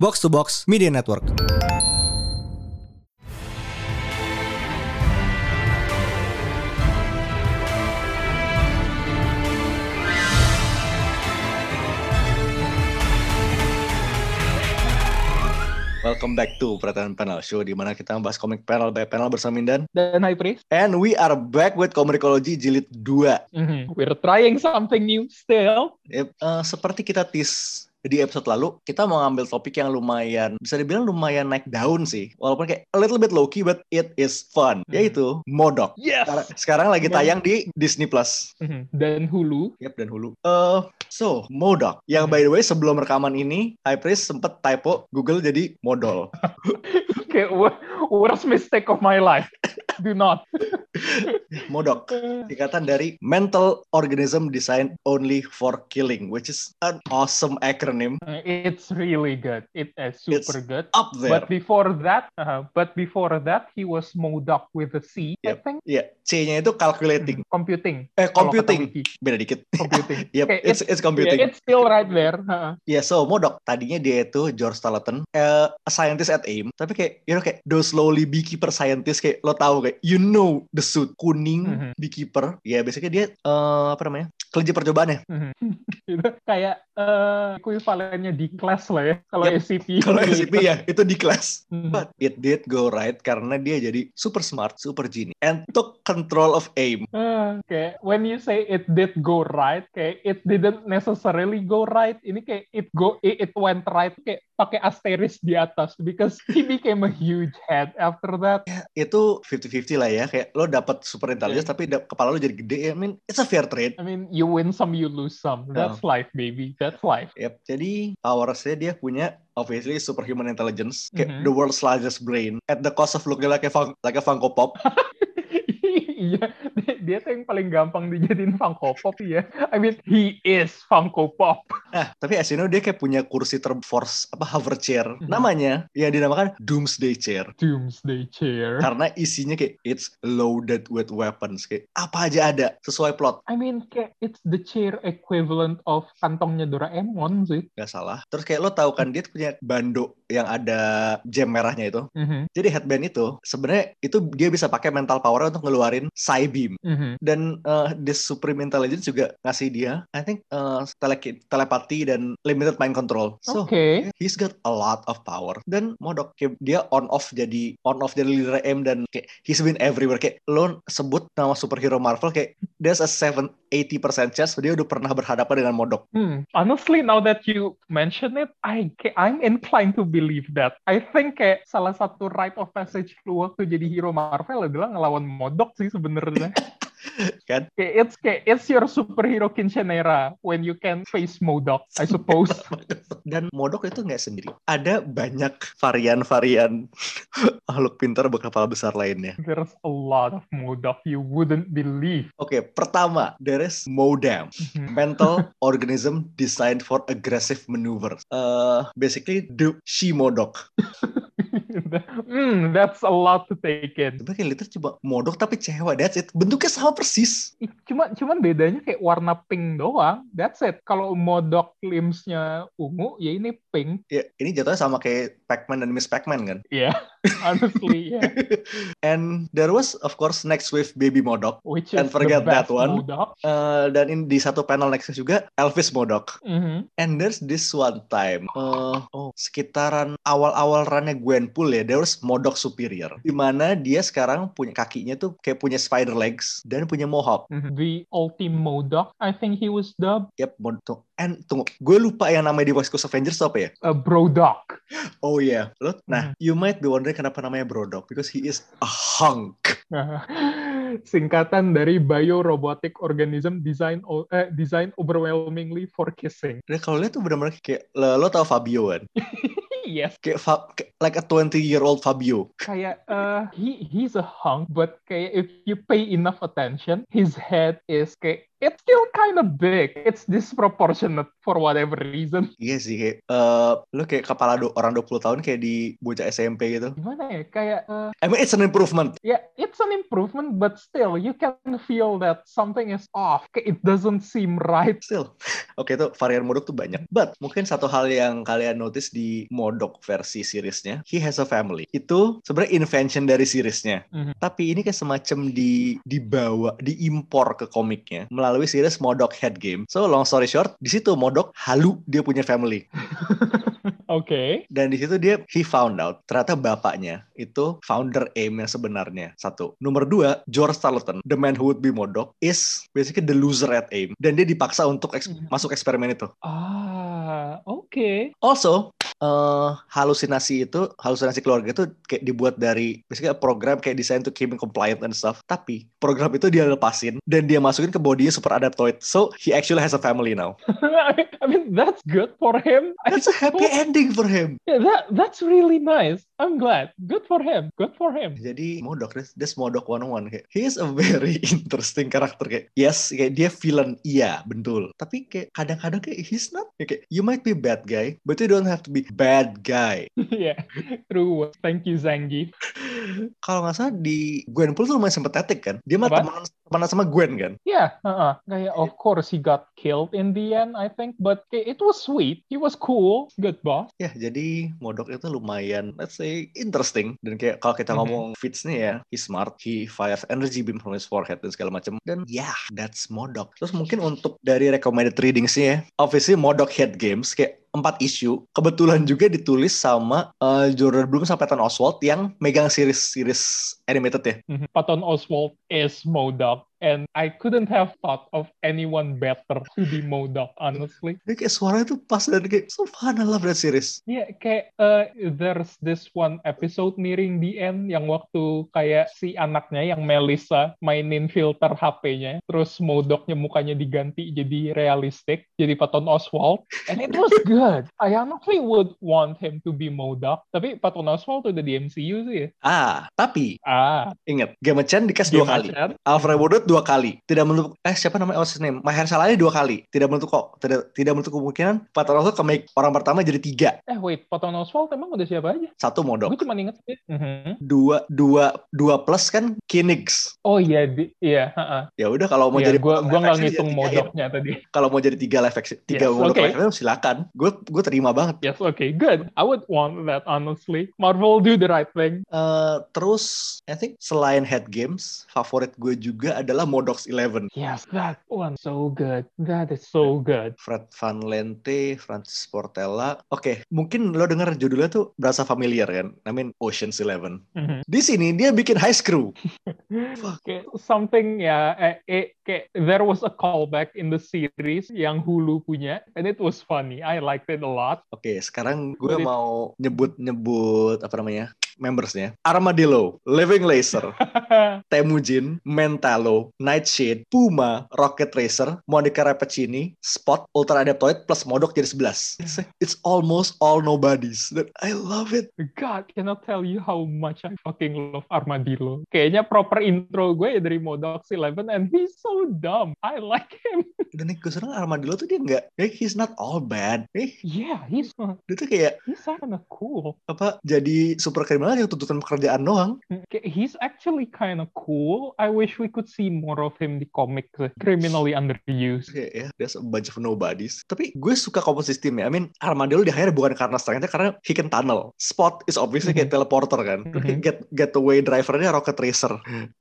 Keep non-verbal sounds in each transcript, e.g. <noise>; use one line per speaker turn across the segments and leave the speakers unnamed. Box to Box Media Network.
Welcome back to Perhatian Panel Show di mana kita membahas komik panel by panel bersama Mindan
dan High Priest.
and we are back with Komikologi jilid 2.
We're trying something new still.
Yep. Eh, seperti kita tease di episode lalu, kita mau ngambil topik yang lumayan bisa dibilang lumayan naik daun sih. Walaupun kayak a little bit low key but it is fun,
Hmm.
yaitu Modok.
Yes.
Sekarang, sekarang lagi
Modok.
tayang di Disney Plus.
Mhm. Dan Hulu.
Yep, dan Hulu. Eh, so, Modok.
Hmm.
Yang by the way sebelum rekaman ini, High Priest sempet typo Google jadi
<laughs>
Modol.
Kayak wo- worst mistake of my life. Do not.
Modok. Singkatan dari Mental Organism Designed Only for Killing, which is an awesome acronym
It's really good. It is super good.
up there.
But before that, uh, but before that, he was Modoc with a C,
Yep.
I think.
Iya, C-nya itu calculating.
Mhm. Computing.
Eh,
Kalau kata
computing.
Wiki.
Beda dikit. <laughs>
Computing.
Yep,
Kayak iya, kan?
it's, it's computing.
Yeah, it's still right there. Uh-uh.
Ya, so Modok tadinya dia itu George Talaton, eh, a scientist at AIM, tapi kayak you know kayak those slowly beekeeper scientist kayak lo tahu kayak you know the suit kuning
Mhm.
beekeeper. Ya, biasanya dia eh, apa namanya? kelinci
<laughs>
percobaan ya.
Mhm. Itu kayak eh ekuivalennya di kelas lah ya. Kalau
Yep.
SCP.
Kalau
gitu.
SCP ya, itu di kelas.
Mhm.
But it did go right karena dia jadi super smart, super genius, and took control of AIM.
Ah, kayak when you say it did go right, kayak it didn't necessarily go right. Ini kayak it go it it went right kayak pakai asterisk di atas because he became a huge head after that.
Itu 50-50 lah ya, kayak lo dapat super intelligence
Yeah.
tapi da- kepala lo jadi gede. I mean, it's a fair trade.
I mean, you win some, you lose some. That's life, baby. That's life. <laughs>
Yep. Jadi powersnya dia punya obviously superhuman intelligence, kayak
Mhm.
the world's largest brain at the cost of looking like a, fun- like a Funko
<laughs>
Pop.
Iya, dia- dia tuh yang paling gampang dijadiin Funko Pop ya. I mean, he is Funko Pop.
Nah, tapi as you know dia kayak punya kursi terforce apa hover chair.
Mhm.
Namanya ya dinamakan Doomsday Chair.
Doomsday chair.
Karena isinya kayak it's loaded with weapons kayak apa aja ada sesuai plot
I mean, kayak it's the chair equivalent of kantongnya Doraemon sih.
nggak salah. Terus kayak lo tahu kan dia punya bando yang ada jam merahnya itu.
Mhm,
Jadi headband itu sebenarnya itu dia bisa pakai mental power untuk ngeluarin psi beam.
mhm.
Dan uh, this supreme intelligence juga ngasih dia, I think uh, tele- telepati dan limited mind control. So
Oke.
he's got a lot of power. Dan modok kayak dia on off jadi on off jadi leader M dan kayak he's been everywhere. Kayak lo sebut nama superhero Marvel kayak there's a 7 80% chance dia udah pernah berhadapan dengan modok.
Hmm, honestly, now that you mention it, I ca- I'm inclined to believe that. I think kayak salah satu rite of passage lu waktu jadi hero Marvel adalah ngelawan modok sih sebenarnya.
Kan? <laughs>
Kayak it's kayak it's your superhero kinchenera when you can face modok, I suppose.
dan modok itu nggak sendiri. Ada banyak varian-varian <laughs> makhluk pintar berkepala besar lainnya.
There's a lot of modok you wouldn't believe.
Oke, pertama, there is MODAM,
Mhm.
Mental Organism Designed for Aggressive Maneuvers. Eh, basically, the she modok.
<laughs> Hmm, that's a lot to take in.
Tapi kayak liter coba modok tapi cewek, that's it. Bentuknya sama persis.
Ih, Cuma cuman bedanya kayak warna pink doang. That's it. Kalau modok limbs-nya ungu, ya ini pink.
Ya, ini jatuhnya sama kayak Pac-Man dan Miss Pac-Man kan. <laughs>
Yeah, honestly, yeah.
And there was, of course, next wave baby modok.
Which
Can't
is
forget
the
that
best
one.
Modok.
Eh, dan ini di satu panel next juga, Elvis modok.
Mhm.
And there's this one time, eh, oh, sekitaran awal-awal runnya Gwenpool ya, there was Modok Superior. Dimana dia sekarang punya kakinya tuh kayak punya spider legs dan punya mohawk.
mm-hmm. The ultimate Modok, I think he was dubbed
Yap, Modok. And tunggu, gue lupa yang namanya di West Coast Avengers tuh apa ya?
a uh, Brodok. <laughs>
Oh iya, lo, nah you might be wondering kenapa namanya Brodok, because he is a hunk.
Singkatan dari Biorobotic Organism Design o- eh, Design Overwhelmingly for Kissing.
Dan kalau lihat tuh bener-bener kayak, lo, lo tau Fabio kan?
Yes.
Kayak, Fa- kayak like a 20 year old Fabio.
kayak eh, he he's a hunk but kayak if you pay enough attention his head is kayak it's still kind of big it's disproportionate for whatever reason
Iya sih kayak eh, lu kayak kepala do orang 20 tahun kayak di bocah SMP gitu.
gimana ya kayak eh,
I mean it's an improvement.
yeah it's an improvement but still you can feel that something is off Kayak it doesn't seem right
Still. <laughs> Oke itu varian modok tuh banyak. But mungkin satu hal yang kalian notice di modok versi seriesnya, he has a family. Itu sebenarnya invention dari seriesnya.
Mhm.
Tapi ini kayak semacam di dibawa, diimpor ke komiknya melalui series modok head game. So long story short, di situ modok halu dia punya family.
oke
Dan di situ dia he found out ternyata bapaknya itu founder AIM yang sebenarnya. Satu. Nomor dua, George Tarleton, the man who would be Modok, is basically the loser at AIM. Dan dia dipaksa untuk eks-
Mhm.
masuk eksperimen itu.
ah oke
Also, eh, halusinasi itu, halusinasi keluarga itu kayak dibuat dari basically a program kayak designed to keep him compliant and stuff. Tapi program itu dia lepasin dan dia masukin ke bodinya super adaptoid. So he actually has a family now.
<laughs> I mean that's good for him I-
That's a happy ending for him.
yeah, that that's really nice I'm glad good for him good for him <laughs>
Jadi Modok, this, this Modok 101 kayak he is a very <laughs> interesting karakter kayak yes kayak dia villain iya betul tapi kayak kadang-kadang kayak he's not kayak you might be bad guy but you don't have to be bad guy.
yeah true thank you Zangief
Kalau nggak salah di Gwenpool tuh lumayan simpatetik kan. Dia mah
Apa?
teman teman sama Gwen kan.
Yeah, uh-uh. Kayak, of course he got killed in the end, I think. But i- it was sweet. He was cool. Good boss.
Ya jadi Modok itu lumayan let's say interesting dan kayak kalau kita
Mhm.
ngomong Fitz nih ya he's smart he fires energy beam from his forehead dan segala macam dan yeah that's Modok. Terus mungkin untuk dari recommended readingsnya ya obviously Modok Head Games kayak empat isu kebetulan juga ditulis sama uh, Jordan Bloom sama Patton Oswalt yang megang series-series animated ya
Mhm. Patton Oswald is Modoc. And I couldn't have thought of anyone better to be Modoc, honestly.
Jadi kayak suaranya tuh pas dan kayak subhanallah that series
Yeah, kayak uh, there's this one episode nearing the end yang waktu kayak si anaknya yang Melissa mainin filter HP-nya, terus modoknya mukanya diganti jadi realistik, jadi Patton Oswalt, and it was good. I honestly would want him to be modok, tapi Patton Oswalt udah di MCU sih. ya.
ah tapi
Ah,
inget Game of Chan dikasih
Iya.
dua kali
Macan.
Alfred Woodard dua kali tidak menutup eh siapa namanya what's his name Maher Salahnya dua kali tidak menutup kok tidak tidak menutup kemungkinan Patton Oswalt ke make orang pertama jadi tiga
Eh wait, Patton Oswalt emang udah siapa aja?
satu
Gue
modok
cuma inget sih. Mhm.
dua dua dua plus kan Kinix
Oh iya, di- iya. heeh.
ya udah kalau mau
Iya,
jadi
gua
live
gua nggak
action,
ngitung
jadi
Iya,
tiga ya.
modoknya tadi. <laughs>
kalau mau jadi tiga live action tiga
Yes,
modok
okay.
live action silakan gue gue terima banget
Yes, okay, good. I would want that, honestly. Marvel do the right thing.
Eh, terus I think selain head games favorit gue juga adalah Modox Eleven
Yes, that one so good. That is so good.
Fred Van Lente, Francis Portella. Oke, mungkin lo denger judulnya tuh berasa familiar kan? I mean Ocean's Eleven.
Mhm.
Di sini dia bikin high screw.
Kayak something ya, eh, eh, kayak there was a callback in the series yang Hulu punya, and it was funny. I liked it a lot. <laughs>
Oke, sekarang gue
Jadi-
mau nyebut-nyebut apa namanya? membersnya. Armadillo, Living Laser, Temujin, Mentalo, Nightshade, Puma, Rocket Racer, Monica Rappaccini, Spot, Ultra Adaptoid, plus Modok jadi 11. It's, it's almost all nobodies. That- I love it.
God, cannot tell you how much I fucking love Armadillo. Kayaknya proper intro gue ya dari Modox Eleven, and he's so dumb. I like him.
Dan yang gue seneng Armadillo tuh dia nggak, eh, he's not all bad. Eh,
Yeah, he's
dia tuh kayak
he's kinda cool.
apa jadi super kriminal yang tuntutan pekerjaan doang.
Okay, He's actually kind of cool. I wish we could see more of him di komik. sih. uh, Criminally underused.
Kayak ya, there's a bunch of nobodies. Tapi gue suka komposisi sistemnya. I mean, Armadillo di hire bukan karena strength-nya, karena he can tunnel. Spot is obviously kayak teleporter kan. Terus kayak Get, getaway driver-nya rocket racer.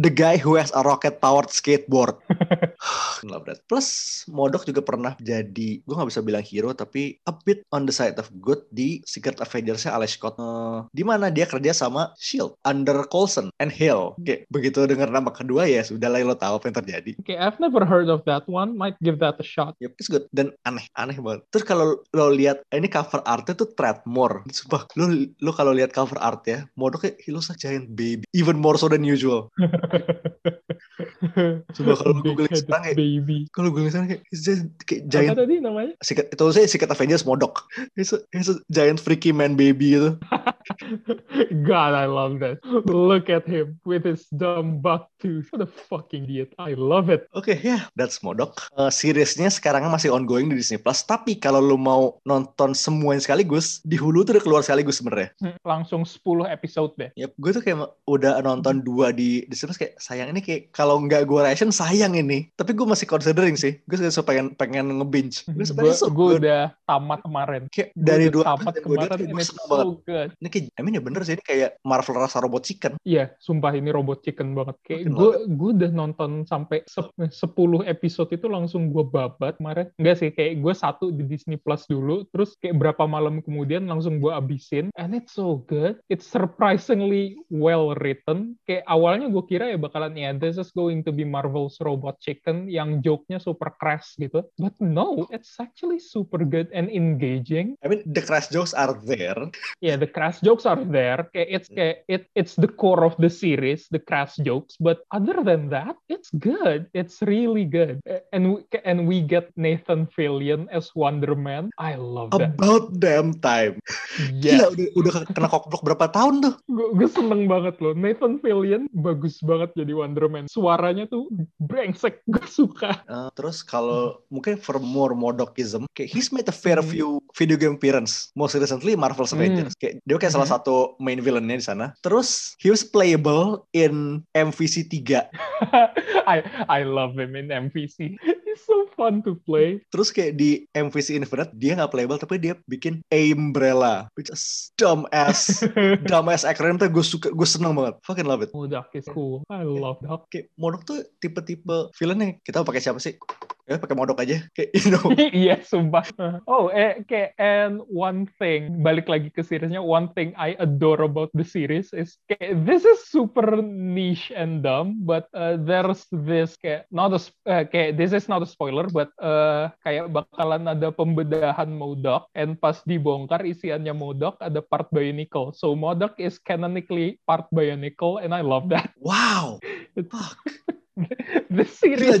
The guy who has a rocket-powered skateboard. <sighs> Love that. Plus, Modok juga pernah jadi, gue nggak bisa bilang hero, tapi a bit on the side of good di Secret Avengers-nya Alex Scott. Eh, di mana E dia kerja sama S.H.I.E.L.D. under Coulson and Hill. Oke, begitu dengar nama kedua ya, sudah lah lo tahu apa yang terjadi.
<laughs> Okay, I've never heard of that one. Might give that a shot. <laughs>
Yep, it's good. Dan aneh, aneh banget. Terus kalau lo lihat eh, ini cover artnya tuh Treadmore. Sumpah, lo lo kalau lihat cover art ya, modoknya he looks like giant baby, even more so than usual. Coba kalau
Big
Google
headed
sekarang ya.
baby.
Kalau gue lihat kayak, it's just kayak
Apa
giant
tadi namanya? <laughs>
Secret, itu saya Secret Avengers modok. It's a, it's a giant freaky man baby gitu.
God, I love that. Look at him with his dumb buck tooth. What a fucking idiot. I love it.
Oke, ya, that's modok. Eh, seriesnya sekarang masih ongoing di Disney Plus, tapi kalau lo mau nonton semuanya sekaligus, di Hulu tuh udah keluar sekaligus sebenarnya.
Langsung 10 episode deh.
Yep, gue tuh kayak ma- udah nonton dua di di Disney Plus kayak sayang ini kayak kalau nggak gue ration sayang ini. Tapi gue masih considering sih. Gue suka pengen pengen nge-binge.
<laughs>
Gue sebenarnya so
Gue
good.
udah tamat kemarin.
Kayak
Gua
dari
udah
dua
tamat
episode yang gua liat
kemarin
kayak
and
gue
it's
seneng banget.
so good.
Ini kayak, I mean ya bener sih, ini kayak Marvel rasa robot chicken.
Iya, sumpah ini robot chicken banget. Kayak
Makin
gue gue udah nonton sampai se- 10 episode itu langsung gue babat kemarin. Enggak sih, kayak gue satu di Disney Plus dulu, terus kayak berapa malam kemudian langsung gue abisin. And it's so good. It's surprisingly well written. Kayak awalnya gue kira ya bakalan ya this is going to be Marvel's Robot Chicken yang joke-nya super crash gitu. But no, it's actually super good and engaging.
I mean the crash jokes are there.
Yeah, the crass jokes are there. Kayak it's
Hmm.
kayak it it's the core of the series, the crass jokes. But other than that, it's good. It's really good. A- And we, and we get Nathan Fillion as Wonder Man. I love that.
About damn time. Gila
Yes.
udah, udah kena kokblok berapa tahun tuh.
Gue seneng banget loh. Nathan Fillion bagus banget jadi Wonder Man. Suaranya tuh brengsek. <laughs> Gue suka.
Eh, terus kalau mungkin for more modokism, kayak he's made a fair few video game appearance. Most recently Marvel's
Hmm.
Avengers. Kayak dia kayak salah
Mhm.
satu main villainnya di sana. Terus he was playable in MVC 3.
I I love him in MVC. He's so fun to play. <laughs>
Terus kayak di MVC Infinite dia nggak playable tapi dia bikin Umbrella, which is dumb ass.
<laughs>
dumb ass acronym tuh gue suka, gue seneng banget. Fucking love it.
Oh, Doc is cool. I love Doc.
Kayak modok tuh tipe-tipe villain yang kita pakai siapa sih? Ya pakai modok aja. Kayak you know.
<laughs> Iya, sumpah. Oh, eh, kayak, and one thing, balik lagi ke seriesnya, one thing I adore about the series is, kayak, this is super niche and dumb, but uh, there's this, kayak, not a, sp- eh, kayak, this is not a spoiler, but uh, kayak bakalan ada pembedahan Modok, and pas dibongkar isiannya Modok, ada part Bionicle. So, Modok is canonically part Bionicle, and I love that.
Wow.
The series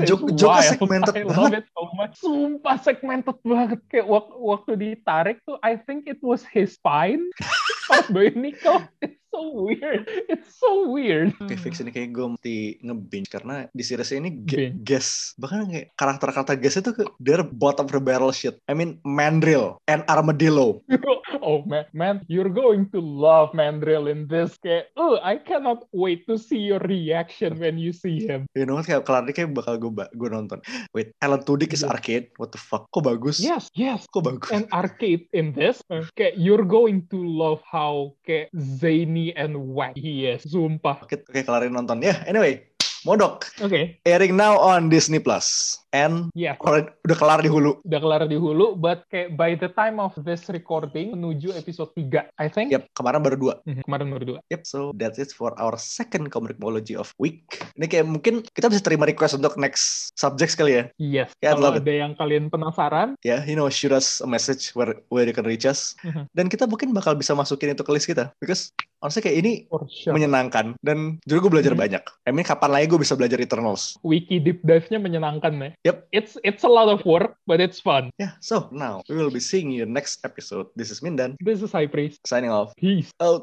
Gila,
is
joke-
wild.
joke-nya segmented
<laughs> I love it so much. Sumpah segmented banget. Kayak wak- waktu ditarik tuh, I think it was his spine. <laughs> Pas bayi nikah. It's so weird. It's so weird.
Oke fix ini kayak gue mesti nge-binge karena di series ini ge-
Binge.
guess bahkan kayak karakter-karakter guess itu ke they're bottom of the barrel shit. I mean mandrill and armadillo.
<laughs> oh man, man, you're going to love Mandrill in this. Kayak, oh, I cannot wait to see your reaction when you see him.
You know kayak kelar ini kayak bakal gue gue nonton. Wait, Alan Tudyk is
Iya.
arcade. What the fuck? Kok bagus?
Yes, yes.
Kok bagus?
And arcade in this, kayak you're going to love how kayak zany and wacky he is. Sumpah.
Oke, oke kelarin nonton. Ya, anyway, Modok
Oke,
airing now on Disney Plus and
ya.
kelar- udah kelar di Hulu.
udah kelar di Hulu, but kayak by the time of this recording menuju episode 3, I think.
Yap, kemarin baru dua.
Mhm, Kemarin baru dua.
Yep, so that's it for our second comicology of week. Ini kayak mungkin kita bisa terima request untuk next subject kali ya.
Yes.
Yeah, I
Kalau
love it.
ada yang kalian penasaran,
Ya, you know, shoot us a message where where you can reach us.
Mhm.
Dan kita mungkin bakal bisa masukin itu ke list kita. Because honestly kayak ini
for sure.
menyenangkan dan juga gue belajar
Mhm.
banyak. I mean, kapan lagi gue bisa belajar Eternals?
Wiki deep dive-nya menyenangkan ya.
Yep.
It's it's a lot of work, but it's fun.
Yeah, so now we will be seeing you next episode. This is Mindan
This is high praise.
signing off.
Peace.
Out.